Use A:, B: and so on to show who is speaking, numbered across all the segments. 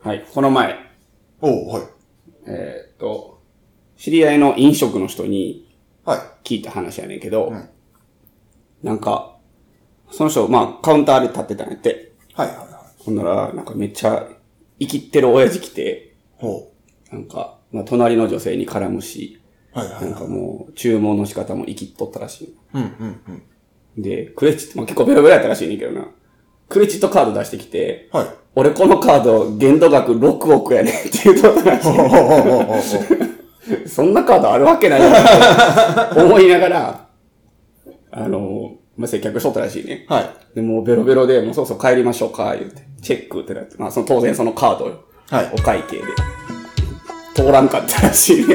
A: はい、この前、
B: おう、はい。
A: えーっと、知り合いの飲食の人に
B: はい。
A: 聞いた話やねんけど、
B: うん
A: なんか、その人、まあ、カウンターで立ってたんやって。
B: はい、はい、はい。
A: ほんなら、なんかめっちゃ、生きってる親父来て、
B: ほ
A: なんか、まあ、隣の女性に絡むし、
B: う。はい、はい
A: なん。かもう、注文の仕方も生きっとったらし
B: うん、うん、う
A: い。
B: ん。
A: で、クレジット、まあ、結構ベラベラやったらしいねんけどな。クレジットカード出してきて、
B: はい。
A: 俺このカード限度額6億やねんって言うとったらしい。
B: おうおうおうおうおう
A: そんなカードあるわけないなって思いながら、あの、まあ、接客しとったらしいね。
B: はい。
A: で、もうベロベロで、もうそうそう帰りましょうか、言うて。チェックってなって、まあ、その当然そのカードよ。
B: はい
A: お会計で。通らんかったらしい ね。で、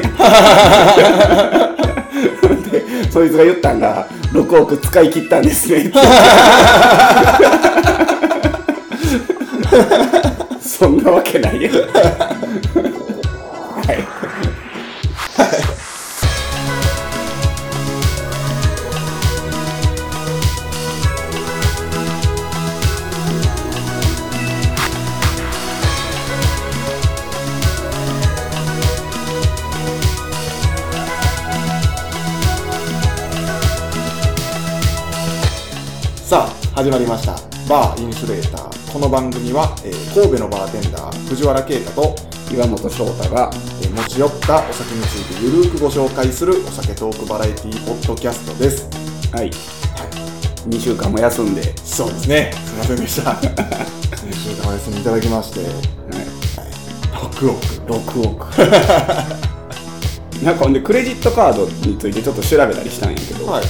A: そいつが言ったんが、6億使い切ったんです ねって。 そんなわけないよ。はい。
B: さあ、始まりました。バーインシュレーター。この番組は、えー神戸のバーテンダー、藤原啓太と、
A: 岩本翔太が
B: えー持ち寄ったお酒についてゆるーくご紹介するお酒トークバラエティポッドキャストです。
A: はい2週間も休んで、はい、
B: そうですね。すいませんでした。先週お休みいただきまして、6億。
A: 6億なんかほんでクレジットカードについてちょっと調べたりしたんやけど、
B: はい。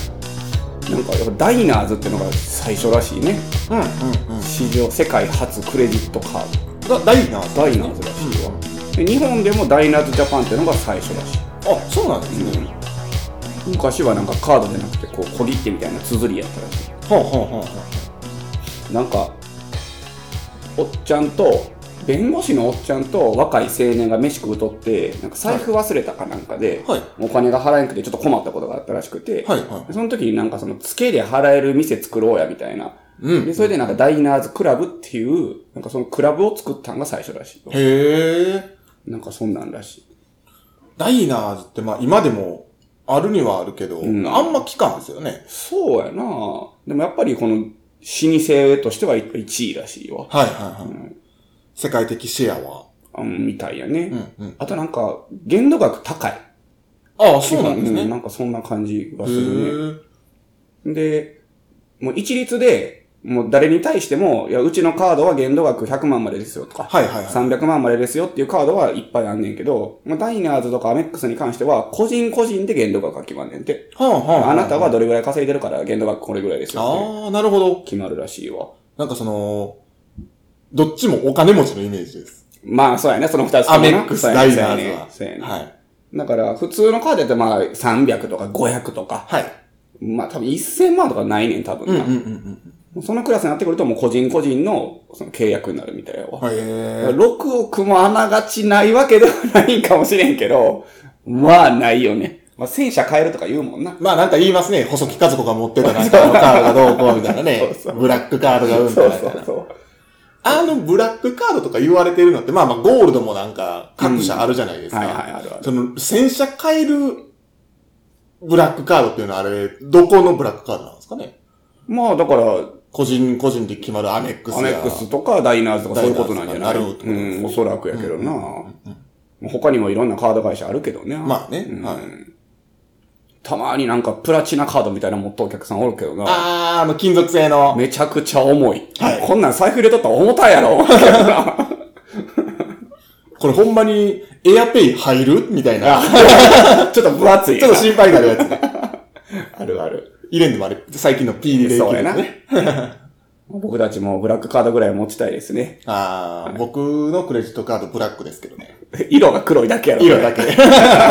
A: なんかやっぱダイナーズってのが最初らしいね
B: うん、うん、うん。
A: 史上世界初クレジットカー
B: だ、ダイナー
A: ドダイナーズらしいわ、で日本でもダイナーズジャパンってのが最初らしい
B: あ、そうなんですね。
A: 昔はなんかカードじゃなくてこう小切手みたいな綴りやったらし
B: ほうほうほうほう。
A: いなんかおっちゃんと弁護士のおっちゃんと若い青年が飯食うとってなんか財布忘れたかなんかで、
B: はい
A: お金が払えなくてちょっと困ったことがあったらしくて、
B: はいはい
A: その時になんかその付けで払える店作ろうやみたいな、
B: うん
A: でそれでなんかダイナーズクラブっていうなんかそのクラブを作ったのが最初らしい
B: へえ。
A: なんかそんなんらしい
B: ダイナーズってまあ今でもあるにはあるけど、
A: ん
B: あんま聞かんですよね。
A: そうやなでもやっぱりこの老舗としては1位らしいわ、
B: はいはいはい。世界的シェアは。
A: うん、みたいやね、
B: うんうん。
A: あとなんか限度額高い
B: ああ、そうなんですね。
A: う
B: へ
A: なんかそんな感じがするね
B: え。
A: で、もう一律で、もう誰に対しても、いや、うちのカードは限度額100万までですよとか、
B: はいはいはい。
A: 300万までですよっていうカードはいっぱいあんねんけど、まあ、ダイナーズとかアメックスに関しては、個人個人で限度額が決まんねんて。
B: はあは
A: あなた
B: は。
A: はどれぐらい稼いでるから限度額これぐらいですよって
B: ああ、なるほど。
A: 決まるらしいわ。
B: なんかその、どっちもお金持ちのイメージです。
A: まあ、そうやね、その二つと
B: ア
A: もな
B: メックス、ダイナーズは。
A: そうやね。そうやね
B: はい。
A: だから、普通のカードやったらまあ、300とか500とか、
B: はい。
A: まあ多分1000万とかないねん、多分
B: うん
A: な。
B: うんうん
A: もうそのクラスになってくると、もう個人個人のその契約になるみたいやわ。
B: うん。へえ。
A: 6億もあながちないわけではないかもしれんけど、まあないよね。まあ戦車変えるとか言うもんな。
B: まあなんか言いますね。細木和子が持ってたなんかのカードがどうこうみたいな ね。ブラックカードがうんた
A: そ
B: ら
A: う
B: みたい
A: そ
B: な
A: うそう。
B: あのブラックカードとか言われてるのって、まあまあゴールドもなんか各社あるじゃないですか。
A: はいはい、あるある。
B: その、戦車変えるブラックカードっていうのはあれ、どこのブラックカードなんですかね
A: まあだから、
B: 個人個人で決まるアメックスや。
A: アメックスとかダイナーズとかそういうことなんじゃない
B: ダイナーズとかなるってことです
A: う
B: ね
A: ん、おそらくやけどな。他にもいろんなカード会社あるけどね。
B: まあね
A: うん
B: はい
A: たまになんかプラチナカードみたいなの持ったお客さんおるけどな。
B: あー、あの金属製の。
A: めちゃくちゃ重い。
B: はい
A: こんなん財布入れとったら重たいやろ。
B: これほんまにエアペイ入るみたいな。
A: ちょっと分厚い
B: ちょっと心配になるやつね。
A: あるある。
B: 入れんでもあれ、最近の P でできる
A: そうやな
B: ね。。
A: 僕たちもブラックカードぐらい持ちたいですね。
B: あー、僕のクレジットカードブラックですけどね。
A: 色が黒いだけやろ。
B: 色だけ。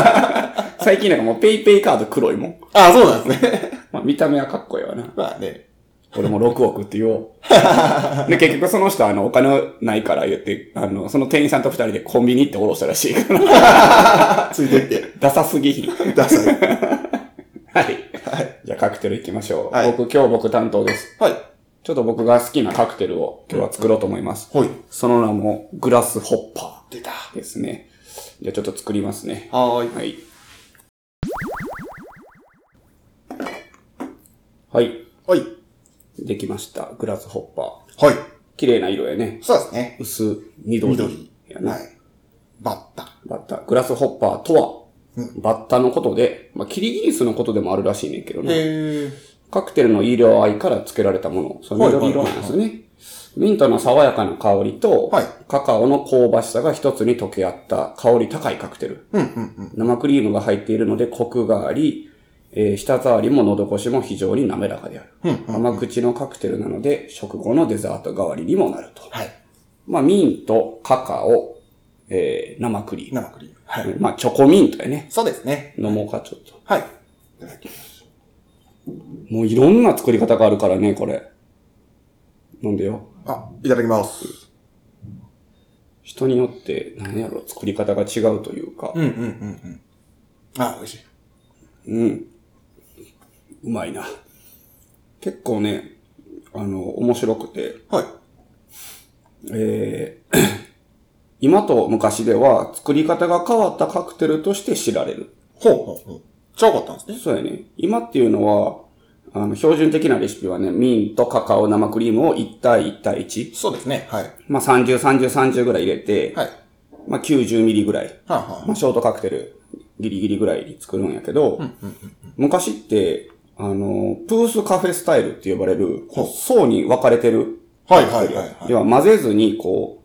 A: 最近なんかもうペイペイカード黒いもん。
B: あー、そうなんですね。
A: まあ見た目はかっこいいわな。
B: まあね。
A: 俺も6億って言おう。 で、結局その人はあの、お金ないから言って、あの、その店員さんと二人でコンビニ行っておろしたらしいから。
B: あついてって。
A: ダサすぎひん。はい。
B: 出す。
A: じゃあカクテル行きましょう。
B: はい
A: 僕、今日僕担当です。
B: はい。
A: ちょっと僕が好きなカクテルを今日は作ろうと思います。
B: ほい。
A: その名もグラスホッパ
B: 出た。
A: ーですね。じゃあちょっと作りますね。
B: はーい。
A: はい。はい。
B: はい。
A: できました。グラスホッパー。
B: はい。
A: 綺麗な色やね。
B: そうですね。
A: 薄緑
B: 緑。
A: やね。
B: はい。バッタ。
A: バッタ。グラスホッパーとは、バッタのことで、まあ、キリギリスのことでもあるらしいねんけどね。
B: へえ。
A: カクテルの色合いから付けられたもの。その緑色なんですね。ミントの爽やかな香りと、
B: はい
A: カカオの香ばしさが一つに溶け合った香り高いカクテル。
B: うんうんうん。
A: 生クリームが入っているのでコクがあり、えー舌触りも喉越しも非常に滑らかである。甘口のカクテルなので、食後のデザート代わりにもなると。
B: はい。
A: まあ、ミント、カカオ、えー生クリーム。
B: 生クリーム。はい。
A: まあ、チョコミントやね。
B: そうですね。
A: 飲もうか、ちょっと。
B: はい。
A: もういろんな作り方があるからね、これ。飲んでよ。
B: あ、いただきます。
A: 人によって、何やろ、作り方が違うというか。
B: うんうんうんうん。あ、美味しい。
A: うん。うまいな。結構ね、あの、面白くて。
B: はい。
A: えー今と昔では作り方が変わったカクテルとして知られる。
B: ほうほうほう。ちゃうかったんですね。
A: そうやね。今っていうのは、あの、標準的なレシピはね、ミント、カカオ、生クリームを1対1対1。
B: そうですね。はい。
A: まあ、30、30、30ぐらい入れて、
B: はい。
A: まあ、90ミリぐらい。
B: はあ、は
A: まあ、ショートカクテル、ギリギリぐらいに作るんやけど、昔って、あの、プースカフェスタイルって呼ばれる、こう層に分かれてる
B: あ、はいはいはいはい。
A: 要は混ぜずに、こう、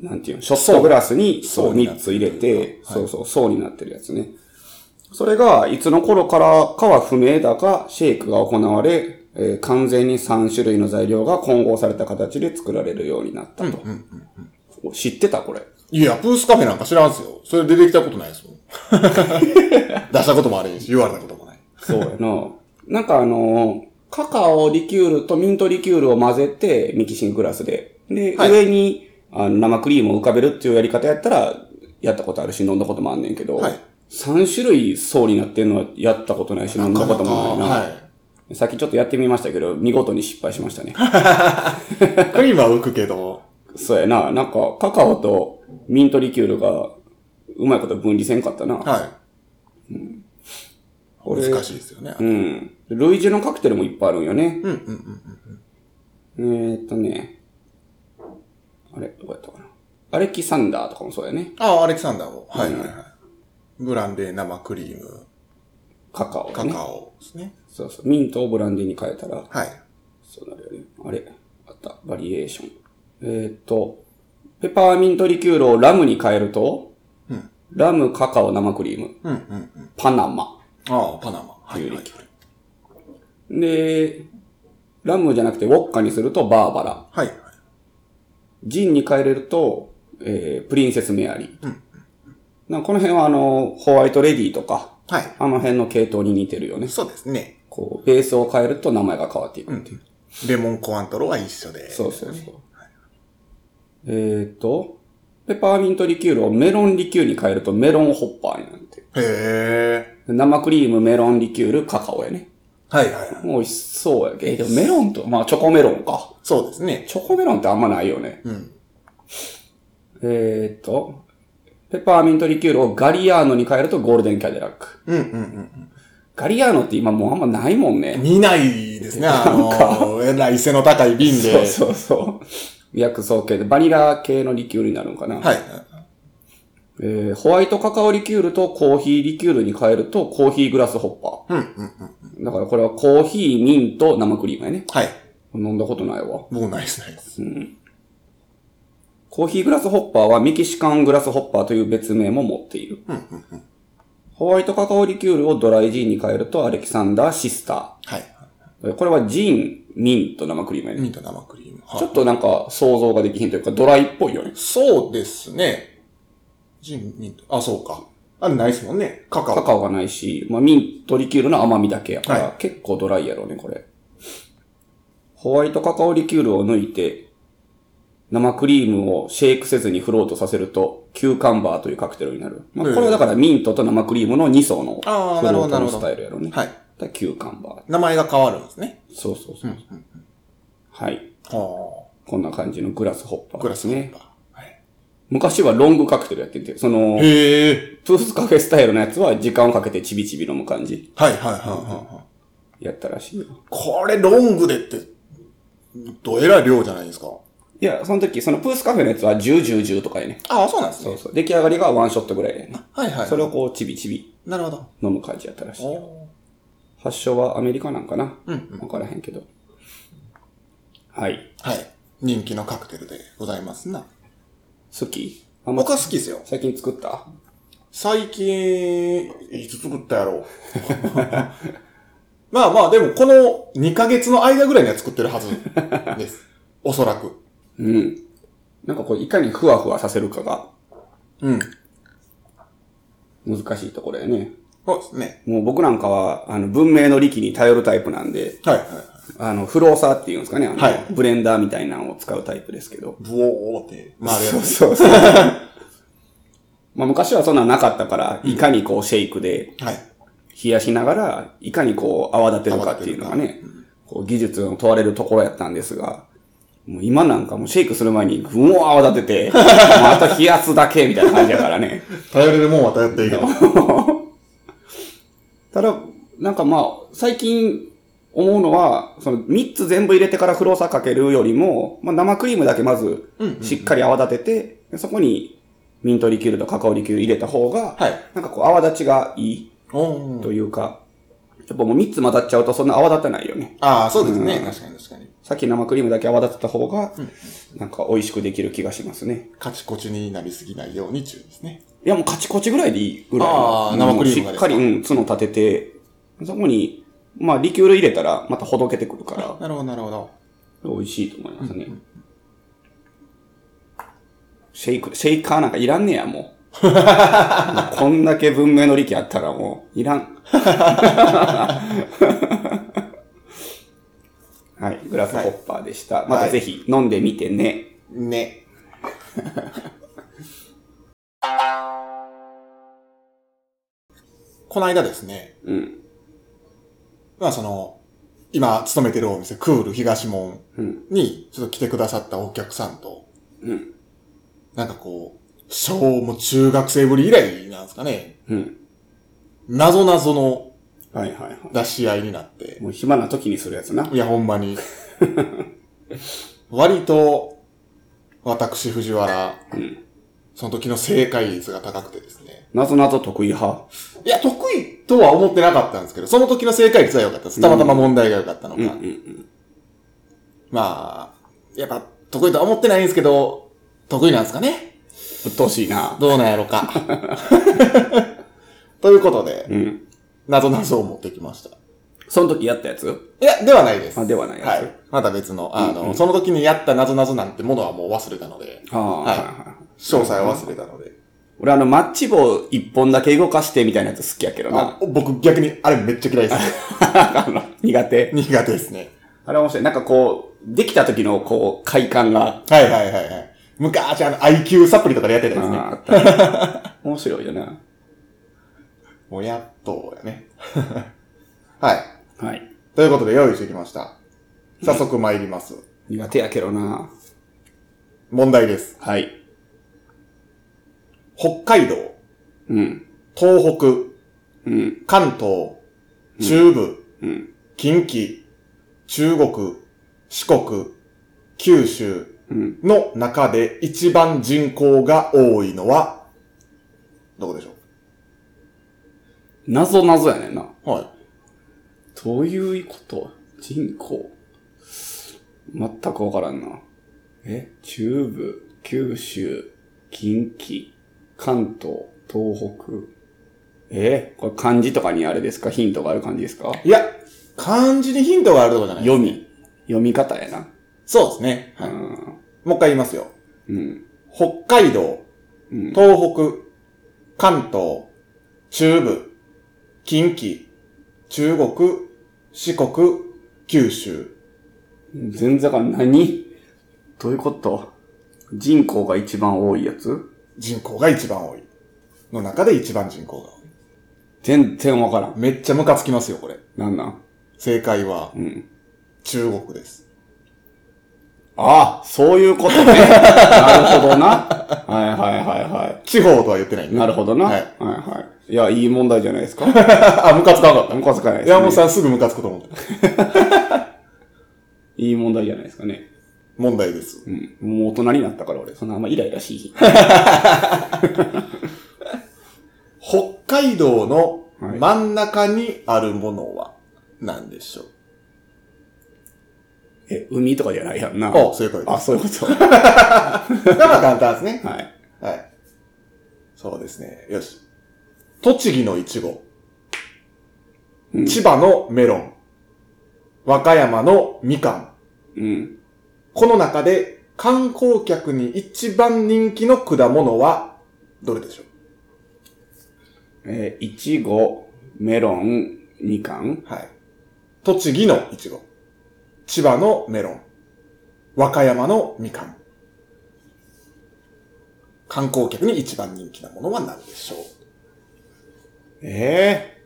A: なんていうの、ショットグラスに、
B: そう
A: そう、
B: にな
A: 3
B: ってる
A: つ入れて、そうそう、層になってるやつね。それが、いつの頃からかは不明だが、シェイクが行われ、えー完全に3種類の材料が混合された形で作られるようになったと。お知ってたこれ。
B: いや、プースカフェなんか知らんすよ。それ出てきたことない ですもん。出したこともあれへんし、言われたこともない。
A: そうやな。なんかあのーカカオリキュールとミントリキュールを混ぜて、ミキシンググラスで。で、
B: はい
A: 上にあの生クリームを浮かべるっていうやり方やったら、やったことあるし、飲んだこともあんねんけど、
B: はい
A: 三3種類層になってんのはやったことないし、飲んだこともないな。
B: は
A: さっきちょっとやってみましたけど、見事に失敗しましたね。
B: い。クリームは浮くけど、
A: そうやな。なんか、カカオとミントリキュールが、うまいこと分離せんかったな。
B: は
A: こ
B: い。
A: れ
B: 難しいですよね。
A: うん。類似のカクテルもいっぱいあるんよね。
B: うんうんうん。
A: えーっとね、あれ、どこやったかな。アレキサンダーとかもそうだよね。
B: あ、アレキサンダーを。はいはいはい。ブランデー生クリーム、
A: カカオ、ね。
B: カカオですね。
A: そうそう。ミントをブランデーに変えたら、
B: はい。
A: そうなるよね。あれ、あった。バリエーション。えーっと、ペパーミントリキュールをラムに変えると、
B: うん
A: ラム、カカオ、生クリーム、
B: うんうんうん。
A: パナマ。
B: ああ、パナマ。はいはい。
A: で、ラムじゃなくてウォッカにするとバーバラ。
B: はい。
A: ジンに変えれると、えー、プリンセスメアリー。なんかこの辺はあの、ホワイトレディとか、
B: はい。
A: あの辺の系統に似てるよね。
B: そうですね。
A: こう、ベースを変えると名前が変わっていくっていう。
B: レモンコアントロは一緒で。
A: そうそうそう。えーっと、ペパーミントリキュールをメロンリキュールに変えるとメロンホッパーになるって。
B: へえ。
A: 生クリーム、メロンリキュール、カカオやね。
B: はいはいはい。
A: もう美味しそうやけど、えーでもメロンと、まあチョコメロンか。
B: そうですね。
A: チョコメロンってあんまないよね。
B: うん。
A: えーっと、ペパーミントリキュールをガリアーノに変えるとゴールデンキャデラック。
B: うんうんうん
A: ガリアーノって今もうあんまないもんね
B: うん。。見ないですね。あの、えらい背の高い瓶で。
A: そうそうそう。薬草系で、バニラ系のリキュールになるのかな。
B: はい。
A: えーホワイトカカオリキュールとコーヒーリキュールに変えるとコーヒーグラスホッパー。
B: うんうんうん。
A: だからこれはコーヒー、ミント、生クリームやね。
B: はい。
A: 飲んだことないわ。
B: 僕ないですないです。
A: コーヒーグラスホッパーはメキシカングラスホッパーという別名も持っている。ホワイトカカオリキュールをドライジーンに変えるとアレキサンダーシスタ
B: はい。
A: ー。これはジン、ミント、生クリームやね。
B: ミント生クリーム。はい
A: ちょっとなんか想像ができへんというかドライっぽいよね。
B: そうですね。ジン、ミント。あ、そうか。あれないですもんね。カカオ。
A: カカオがないし、まあ、ミントリキュールの甘みだけやから、
B: は
A: 結構ドライやろうね、これ。ホワイトカカオリキュールを抜いて、生クリームをシェイクせずにフロートさせると、キューカンバーというカクテルになる。まあ、
B: うん
A: これはだからミントと生クリームの2層のフロ
B: あーなるほど
A: ー
B: な
A: トの
B: るほど
A: スタイルやろうね。
B: はい。
A: だからキューカンバー。
B: 名前が変わるんですね。
A: そうそうそう。はい。
B: は
A: こんな感じのグラスホッパ
B: あ。
A: ー
B: グラ
A: です
B: スね
A: ね。。昔はロングカクテルやってて、その、
B: へえ。
A: プースカフェスタイルのやつは時間をかけてちびちび飲む感じ
B: はいはいはいはいはい。
A: やったらしいよ。
B: これロングでって、どえらい量じゃないですか。
A: いや、その時、そのプースカフェのやつは10、10、10とかやね。
B: ああ、そうなんです
A: そうそう。出来上がりがワンショットぐらいやね。
B: はいはい。
A: それをこう、ちびちび
B: なるほど。
A: 飲む感じやったらしい。
B: お
A: 発祥はアメリカなんかな
B: うんうん
A: わからへんけど。はい。
B: はい。人気のカクテルでございますな。
A: 好きあんま
B: 僕は好きですよ。
A: 最近作った
B: 最近、いつ作ったやろう。 まあまあ、でもこの2ヶ月の間ぐらいには作ってるはずです。おそらく。
A: うん。なんかこう、いかにふわふわさせるかが
B: うん。
A: 難しいところやね。
B: そうですね。
A: もう僕なんかは、あの、文明の力に頼るタイプなんで、
B: はいはいはい。
A: あの、フローサーっていうんですかね、あの、
B: はい
A: ブレンダーみたいなのを使うタイプですけど。
B: ブオーって回るや
A: そう
B: つ。
A: そうそう。まあ昔はそんなんなかったから、いかにこうシェイクで
B: はい。
A: 冷やしながら、いかにこう泡立てるかっていうのが
B: 泡立
A: ね、こう技術の問われるところやったんですが、もう今なんかもうシェイクする前にぐんを泡立 てて、もうあと冷やすだけみたいな感じだからね。
B: 頼れるもんは頼っていいけど。
A: ただ、なんかまあ、最近思うのは、その3つ全部入れてからフローサーかけるよりも、まあ生クリームだけまず
B: うんうんうん
A: しっかり泡立てて、でそこにミントリキュールとカカオリキュール入れた方が、
B: はい。
A: なんかこう泡立ちがいい
B: お
A: というか、やっぱもう3つ混ざっちゃうとそんな泡立たないよね。
B: ああ、そうですね。
A: うん
B: 確かに確かに。
A: さっき生クリームだけ泡立てた方が
B: うん、
A: なんか美味しくできる気がしますね。
B: カチコチになりすぎないように注意ですね。
A: いや、もうカチコチぐらいでいいぐらいの。
B: あー生ク
A: もう
B: リームが
A: し
B: で
A: っ
B: すか
A: かり、うん、角立てて、そこに、まあ、リキュール入れたら、またほどけてくるから、
B: なるほど、なるほど。
A: 美味しいと思いますね。シェイク、シェイカーなんかいらんねや、もう。 もうこんだけ文明の力あったらもう、いらん。 はい、グラスホッパーでした。またぜひ飲んでみてね。
B: ね。 この間ですね、
A: うん、
B: まあその、今勤めてるお店、クール東門
A: うん、
B: に、ちょっと来てくださったお客さんと、
A: うん、
B: なんかこう、小も中学生ぶり以来なんですかね、
A: うん。
B: 謎謎の
A: はいはいは
B: 出し合いになって
A: い。、もう暇な時にするやつな。
B: いやほん まに。割と、私藤原、
A: うん。
B: その時の正解率が高くてですね。
A: なぞなぞ得意派
B: いや、得意とは思ってなかったんですけど、その時の正解率は良かったです。たまたま問題が良かったのか。
A: うんうんうん。
B: まあ、やっぱ、得意とは思ってないんですけど、得意なんですかね
A: うっとうしいな。
B: どうなんや ろか。ということで、
A: うん。
B: 謎謎を持ってきました。い
A: その時やったやつ
B: や、ではないです。
A: あではないやつ
B: はい。また別の、あの、
A: うんうん
B: その時にやった謎謎なんてものはもう忘れたので、
A: ああ、
B: は
A: はいいはい。
B: 詳細は忘れたので。
A: 俺あの、マッチ棒一本だけ動かしてみたいなやつ好きやけど
B: あ
A: な。
B: 僕逆に、あれめっちゃ嫌い です。
A: あの苦手。
B: 苦手ですね。
A: あれ面白い。なんかこう、できた時のこう、快感が。
B: はいはいはいはい。昔、あの、IQ サプリとかでやってたやつね。
A: ああ 面白いよな。
B: もやっとやね。 はい。
A: はい。
B: ということで用意してきました。早速参ります。
A: 苦手やけどな。
B: 問題です。
A: はい。
B: 北海道、
A: うん。
B: 東北、
A: うん。
B: 関東、中部、
A: うん。
B: 近畿、中国、四国、九州
A: うん。
B: の中で一番人口が多いのは、どこでしょ
A: 謎謎やねんな。
B: うはい。
A: どういうこと人口全くわからんな。え中部、九州、近畿、関東、東北。えこれ漢字とかにあれですかヒントがある感じですか
B: いや、漢字にヒントがあるとこじゃない。
A: 読み。読み方やな。
B: そうですね。はい。もう一回言いますよ。
A: うん。
B: 北海道、
A: うん。
B: 東北、関東、中部、近畿、中国、四国、九州。
A: うん。全然が何どういうこと人口が一番多いやつ
B: 人口が一番多い。の中で一番人口が多
A: 全然わからん
B: い。。めっちゃムカつきますよ、これ。
A: なんなん
B: 正解は
A: う、ん。
B: 中国です。
A: ああ、そういうことね。なるほどな。はいはいはいは
B: 地方とは言ってない
A: い。なるほどな。
B: は
A: はいい、はい、い。いや、いい問題じゃない ですか。
B: あ、ムカつかなかった。
A: ムカつかないですね
B: 山本さんすぐムカつくと思った。
A: いい問題じゃないですかね。
B: 問題です。
A: うん。もう大人になったから俺、そんなあんまイライラしい。
B: 北海道の
A: はい
B: 真ん中にあるものは何でしょう、
A: え、海とかじゃないやんな。
B: お正解で
A: あ、
B: す。
A: そういうこと。
B: だから簡単ですね。
A: はい。
B: はい。そうですね。よし。栃木のいちご。
A: うん
B: 千葉のメロン。和歌山のみかん。
A: うん。
B: この中で観光客に一番人気の果物はどれでしょう
A: えー、いちご、メロン、みかん。
B: はい。栃木のいちご。千葉のメロン。和歌山のみかん。観光客に一番人気なものは何でしょう
A: ええ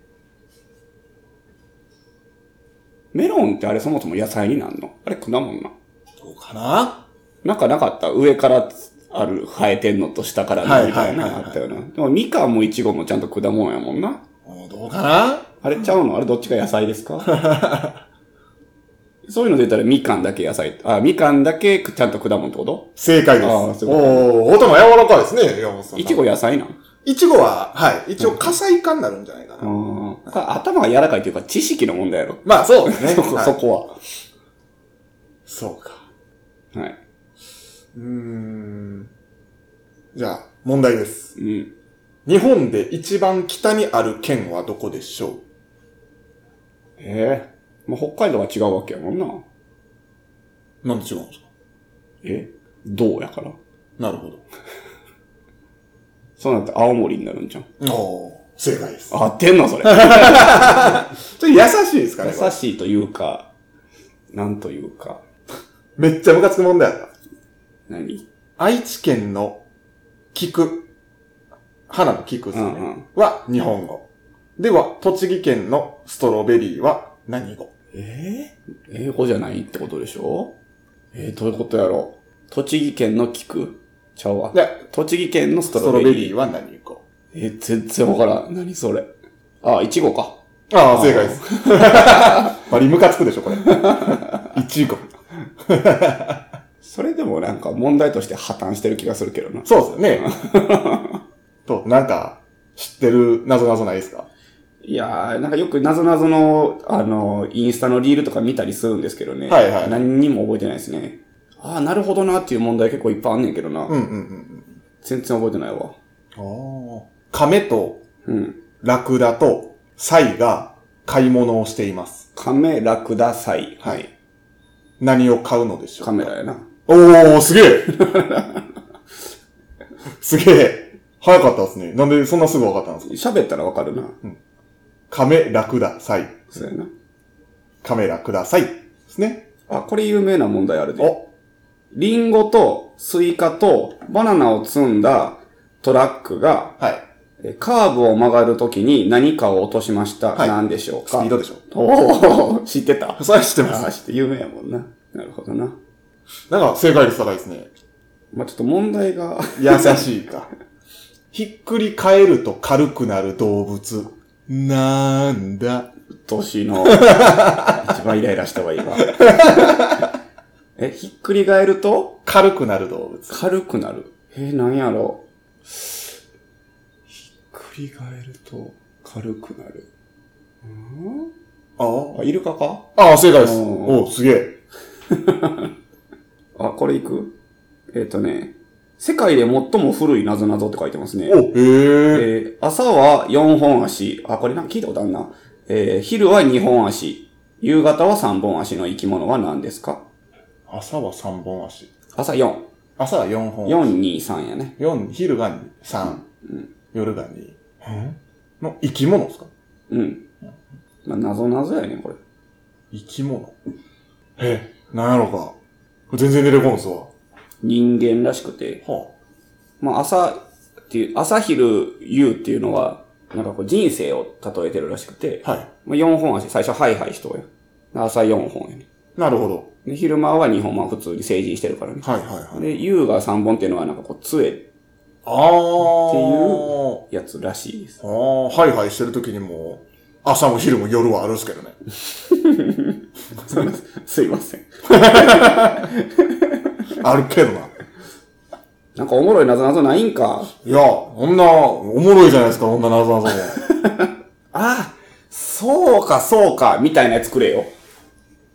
A: メロンってあれそもそも野菜になんのあれ果物な。
B: どうかな
A: なんかなかった上からある生えてんのと下から
B: は
A: の
B: い
A: みたいな
B: はい
A: の
B: はいはい
A: あったよな。でもみかんもいちごもちゃんと果物やもんな。
B: うんどうかな
A: あれちゃうのあれどっちが野菜ですか そういうので言ったらみかんだけ野菜。あ、みかんだけちゃんと果物ってこと
B: 正解で
A: あー
B: す。
A: す
B: お
A: ごい
B: おー音も柔らかいですね、山本さん。
A: いちご野菜なん
B: いちごは、はい。一応、火災化になるんじゃないかな。
A: あーこれ頭が柔らかいというか知識の問題やろ。
B: まあ、そうですね。
A: そこ、
B: はい
A: そこ
B: そうか。
A: は。はい。
B: うーん。じゃあ、問題です。
A: うん。
B: 日本で一番北にある県はどこでしょう
A: ええまあ、北海道は違うわけやもんな。
B: なんで違うんですか
A: えどうやから。
B: なるほど。
A: そうなって青森になるんじゃん。
B: おお正解です。
A: 合ってんのそれ。
B: ちょっと優しいですかねこ
A: 優しいというか、なんというか、
B: れめっちゃムカつく問題だった。
A: 何
B: 愛知県の菊。花の菊です
A: う
B: ね。
A: んうん
B: は日本語。では、栃木県のストロベリーは何語
A: ええ英語じゃないってことでしょえー、どういうことやろ栃木県の菊ちゃうわ。
B: で、
A: 栃木県のス
B: ス
A: ト
B: ト
A: ロ
B: ロ
A: ベ
B: ベ
A: リー。
B: リーは何語
A: えー、全然わからん。何それ。あ、いちごか。
B: ああ、
A: あー
B: 正解です。 バリムカつくでしょ、これ。一語。
A: それでもなんか問題として破綻してる気がするけどな。
B: そうですよね。と、なんか、知ってる謎々ないですか
A: いやー、なんかよく謎々の、あの、インスタのリールとか見たりするんですけどね。
B: はいはい
A: 何にも覚えてないですね。ああ、なるほどなっていう問題結構いっぱいあんねんけどな。
B: うんうんうん
A: 全然覚えてないわ。
B: うん。ああ。亀と
A: うん。
B: ラクダとサイが買い物をしています。
A: カメラください。
B: はい。何を買うのでしょう
A: カメラやな。
B: おー、すげえ すげえ早かったですね。なんでそんなすぐ分かったんですか
A: 喋ったらわかるな。
B: 亀、ラクダ、サイ。
A: そうやな。
B: 亀、ラクダ、サイ。ですね。
A: あ、これ有名な問題あるで。
B: お、
A: リンゴとスイカとバナナを積んだトラックが、
B: はい。
A: えカーブを曲がるときに何かを落としました。
B: はい
A: 何でしょう
B: スピ
A: か
B: ードでしょ。
A: おお、知ってた
B: それは知って
A: ああ、。知って有名やもんな。なるほどな。
B: なんか正解率高いですね。
A: まあ、ちょっと問題が、
B: 優しいか。 ひっくり返ると軽くなる動物。なんだ。
A: 年 の、一番イライラした方がいいわ。え、ひっくり返ると、
B: 軽くなる動物。
A: 軽くなる。えー、なんやろひっくり返ると、軽くなる。ん
B: あ
A: あ、イルカか
B: あ。ああ、正解です。
A: うん
B: おうすげえ。
A: あ、これいくえっ、とね、世界で最も古い謎々って書いてますね。
B: おへえ。
A: えー朝は4本足。あ、これなんか聞いたことあるな。えー昼は2本足。夕方は3本足の生き物は何ですか
B: 朝は3本足。
A: 朝4。
B: 朝は4本足。
A: 4、2、3やね。
B: 4、昼が3、夜が2。の生き物ですか
A: うん。まあ、謎謎やね、これ。
B: 生き物え、なんやろうか。これ全然出てこんすわ。
A: 人間らしくて。
B: は
A: まあ、朝っていう、朝昼夕っていうのは、なんかこう人生を例えてるらしくて、
B: あ、はい。
A: まあ、4本足。最初ハイハイしとうや。朝4本やね。
B: なるほど。
A: で昼間は2本、まあ普通に成人してるからね。
B: はいはいはい。
A: で、U が3本っていうのはなんかこう、杖って
B: ああ。
A: いやつらしいです。
B: ああ、はいはいしてる時にも、朝も昼も夜はあるんですけどね。
A: すいません。
B: あるけどな。
A: なんかおもろいなぞなぞないんか。
B: いや、こんな、おもろいじゃないですか、こんな謎 々も。
A: ああ、そうか、そうか、みたいなやつくれよ。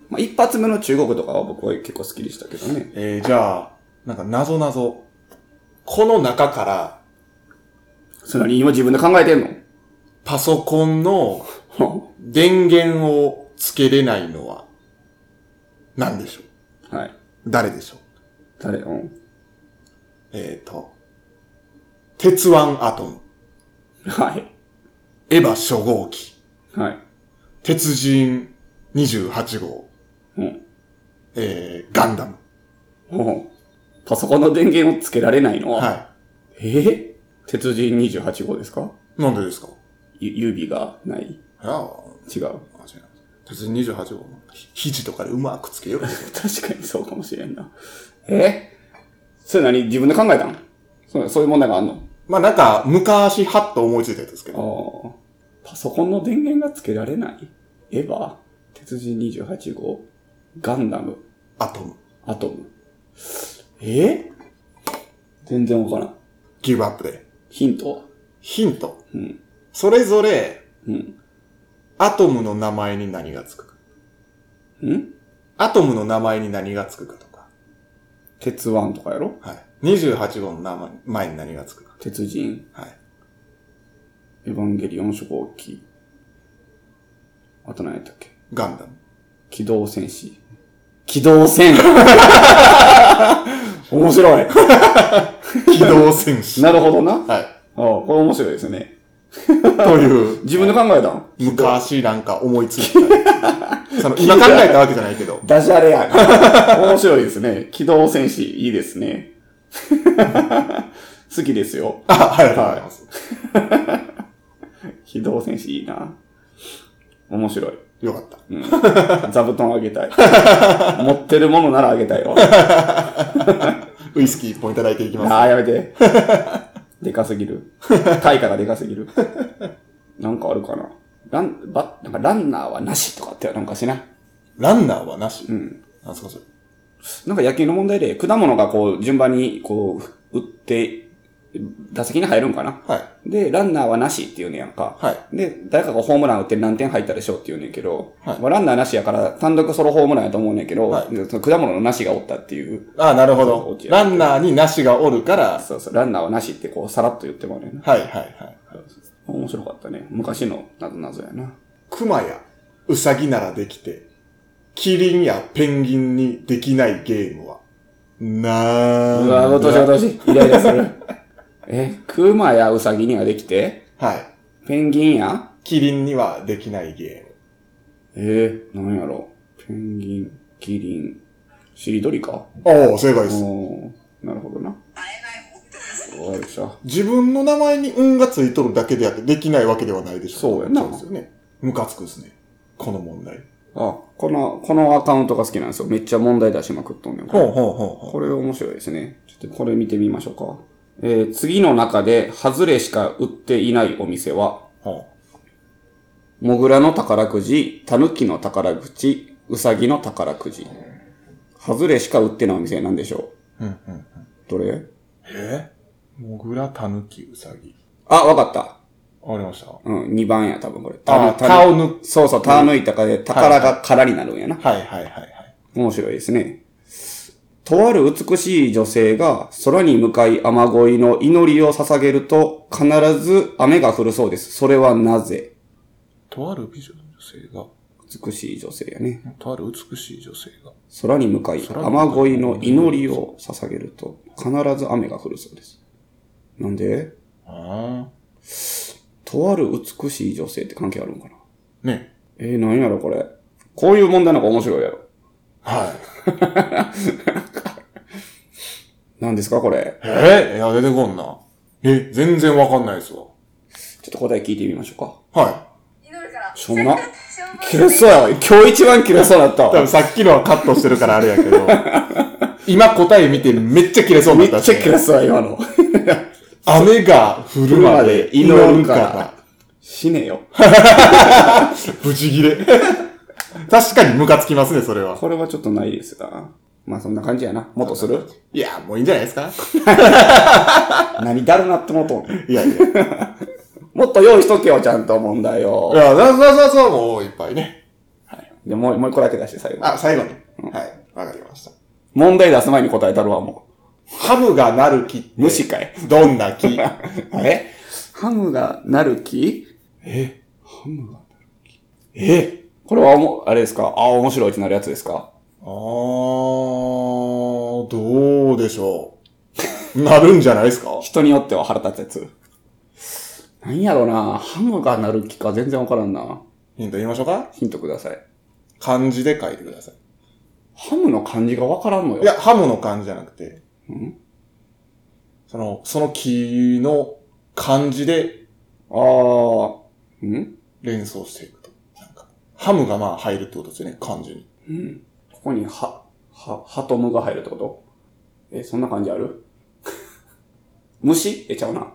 A: まあ、一発目の中国とかは僕は結構好きでしたけどね。
B: えー、じゃあ、なんか謎々。この中から、
A: それに今自分で考えてんの
B: パソコンの
A: は
B: 電源をつけれないのは、何でしょう
A: はい。
B: 誰でしょう
A: 誰うん。
B: えーと、鉄腕アトム、
A: はい。
B: エヴァ初号機、
A: はい。
B: 鉄人28号、
A: うん。
B: えー、ガンダム。
A: うん。パソコンの電源をつけられないのは、
B: は
A: えー、鉄人28号ですか
B: い。なんでですか
A: ゆ指がない
B: いやー
A: 違う。
B: あ違う鉄人28号、ひ肘とかでうまくつけ よう。
A: 確かにそうかもしれんな。えそれ何自分で考えたんそうそういう問題があんの
B: まあなんか、昔はっと思いついたやつですけど。
A: ああ。パソコンの電源がつけられないエヴァ鉄人28号ガンダム
B: アトム。
A: アトム。え全然わからん。
B: ギブアップで。
A: ヒントは
B: ヒント。
A: うん。
B: それぞれ、
A: うん。
B: アトムの名前に何がつくか。
A: ん
B: アトムの名前に何がつくかとか。
A: 鉄腕とかやろ
B: はい。28号の名前前に何がつくか。
A: 鉄人、
B: はい。
A: エヴァンゲリオン初号機。あと何やったっけ
B: ガン ダム。
A: 機動戦士。機動戦 面白い
B: 機動戦士。は
A: なるほどな。あ
B: い。
A: あ、これ面白いですね。
B: という。
A: 自分で考えたん
B: 昔なんか思いつい た。その、今考えたわけじゃないけど。
A: ダジャレやな。 面白いですね。機動戦士、いいですね。 好きですよ。
B: あ、はい、はいます。
A: 機動戦士いいな。面白い。
B: よかった。
A: うん、座布団あげ たい。持ってるものならあげたいわ。
B: ウイスキー一本いただいていきます。
A: ああ、やめて。 でかすぎる。対価がでかすぎる。 なんかあるかな。ラン、ば、なんかランナーはなしとかってなんかしな。
B: ランナーはなし。
A: うん。
B: あ、そうそう。
A: なんか野球の問題で、果物がこう、順番にこう、打って、打席に入るんかな。
B: はい。
A: で、ランナーはなしっていうねやんか。
B: はい。
A: で、誰かがホームラン打って何点入ったでしょうって言うねんけど、
B: はい
A: まあ、ランナーなしやから単独ソロホームランやと思うねんけど、
B: はい
A: でその果物のなしがおったっていう、
B: あなるほ
A: そう
B: ど
A: オッ。ケー
B: ランナーになしがおるから、
A: そうそう、ランナーはなしってこう、さらっと言ってもらうねんな。
B: はいはいはい。
A: 面白かったね。昔のなぞなぞやな。
B: 熊やウサギならできて、キリンやペンギンにできないゲームは、な
A: うわ、
B: ー
A: 落とし落とし。イライラする。 え、クマやウサギにはできて、
B: はい。
A: ペンギンや
B: キリンにはできないゲ
A: えー、なんやろ。ペンギン、キリン、シリドリか。
B: ーム。おー、正解です。
A: おー、なるほどな。よいしょ。
B: 自分の名前に運がついとるだけであって、できないわけではないでしょ
A: そうやな
B: そうですよね。ムカつくですね。この問題。
A: あ、この、このアカウントが好きなんですよ。めっちゃ問題出しまくっとんねん。こ
B: ほう
A: れ
B: ほうほうほ
A: これ面白いですね。ちょっとこれ見てみましょうか。えー、次の中で、ハズレしか売っていないお店は、
B: う。ほ
A: モグラの宝くじ、タヌキの宝くじ、ウサギの宝くじ。ハズレしか売ってないお店なんでしょ
B: う。うんうんうん。
A: うどれ
B: えモグラ、タヌキ、ウサギ。
A: あ、わかった。
B: わかりました。
A: うん、2番や、多分これ。
B: あ
A: たぬ
B: 顔抜く
A: そうそう、たぬいたかで、宝が空になるんやな。
B: はいはいはいはい。
A: 面白いですね。とある美しい女性が空に向かい雨乞いの祈りを捧げると必ず雨が降るそうです。それはなぜ
B: とある美女の女性
A: 美しい女性やね。
B: が、とある美しい女性が、
A: 空に向かい雨乞いの祈りを捧げると必ず雨が降るそうです。なんで
B: あ
A: とある美しい女性って関係あるんかな
B: あ。ね。
A: えー、何やろこれ。こういう問題なんか面白いやろ。
B: はい。
A: 何ですかこれ。
B: えー、いや、出てこんな。え、全然わかんないです
A: ち
B: わ。
A: ょっと答え聞いてみましょうか。
B: は
C: 祈るから。
A: しょうもな
C: しょうも
A: 切れそうやわ。今日一番切れそうだった
B: 多分
A: わ。
B: さっきのはカットしてるからあれやけ ど、今答え見てめっちゃ切れそう
A: め
B: に
A: っ
B: なった
A: ちゃ切れそうや、今の。
B: 雨が降るまで祈るから。
A: 死ねよ。
B: ブチギレ。 確かにムカつきますね、それは。
A: これはちょっとないですな。まあそんな感じやな。もっとする
B: いや、もういいんじゃないですか
A: 何だるなってもっとん。
B: いやいや。い
A: もっと用意しとけよ、ちゃんと問題を。
B: や、そうそうそうそう、もういっぱいね。
A: で、もう、もう一個だけ出して、最後。
B: あ、最後に。はい、わかりました。
A: 問題出す前に答えたるわ、も
B: ハムがなる木って
A: う。無視かい。
B: どんな木
A: えハムがなる木
B: え
A: ハムが。
B: え
A: これはおも、あれですかああ、面白いってなるやつですか
B: あー、どうでしょう。なるんじゃないですか
A: 人によっては腹立つやつ。なんやろなハムがなる木か全然わからんな。
B: ヒント言いましょうか
A: ヒントください。
B: 漢字で書いてください。
A: ハムの漢字がわからんのよ。
B: いや、ハムの漢字じゃなくて、
A: ん
B: その、その木の漢字で
A: ああ、ん
B: 連想していくと。なんか、ハムがまあ入るってことですよね、漢字に。
A: うん。ここには、は、ハとムが入るってことえ、そんな感じある 虫え、ちゃうな。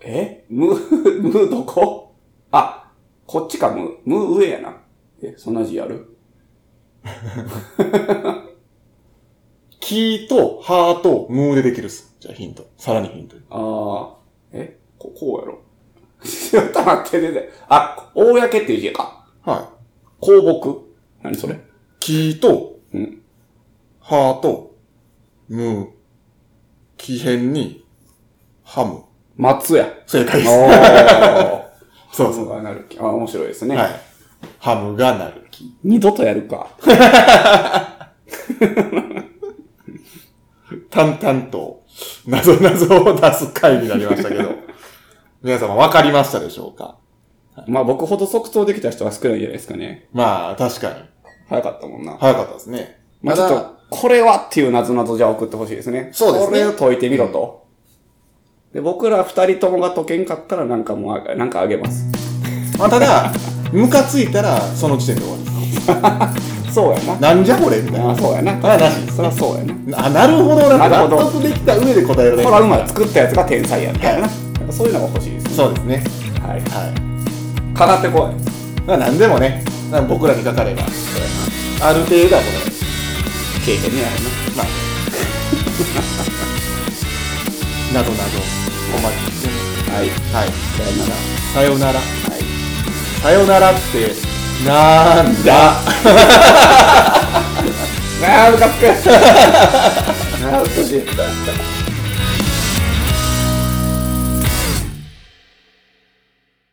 A: えむ、 むどこあ、こっちか、む。む上やな。え、そんな字ある
B: 木と、ハーと、ムーでできるっす。じゃあヒント。さらにヒント。
A: ああ、えこ、こうやろ。 ちょっと待って、出て。あ、公っていう字か。
B: は
A: 公木何それ
B: い。木と
A: うん、
B: ハーと、ムー。木辺に、ハム。
A: 松や。
B: 正解
A: お
B: で
A: ー。
B: す。そう
A: ハ
B: そう。
A: ムがなる木。あ、面白いですね。
B: はい。ハムがなる木。
A: 二度とやるか。
B: 淡々と、なぞなぞを出す回になりました けど、皆様分かりましたでしょうか
A: まあ僕ほど即答できた人は少ないんじゃないですかね。
B: まあ、確かに。
A: 早かったもんな。
B: 早かったですね。
A: まあ
B: ま
A: ちょっ
B: だ、
A: と、これはっていう謎々じゃあ送ってほしいですね。
B: そうです
A: こ
B: ね
A: れを解いてみろと。で、僕ら二人ともが解けんかったらなんかもうあ、なんかあげます。
B: まあ、ただ、ムカついたら、その時点で終わりです。
A: そうやな。
B: なんじゃこれみたい
A: ああ、
B: な。
A: そうやな。
B: あなし
A: そりゃそうやな。こ
B: あ、なるほどな。
A: なる
B: 納
A: ほど
B: 得できた上で答えられ
A: れ
B: る。
A: はうまい。作ったやつが天才やったやな。
B: は
A: なんかそういうのが欲しいですね。
B: そうですね。
A: はい。
B: は
A: かかってこい。
B: い。まあ、なんでもね、まあ僕らにかかれば、ある程度は答えです。
A: 経験ねやるな。
B: まあ。 などなど、お待ちしてま
A: はい。
B: す。はい。
A: さよなら。
B: さような
A: は
B: ら。
A: い。
B: さよならって、なんだ
A: なあ、ムカつく。なあ、美しい。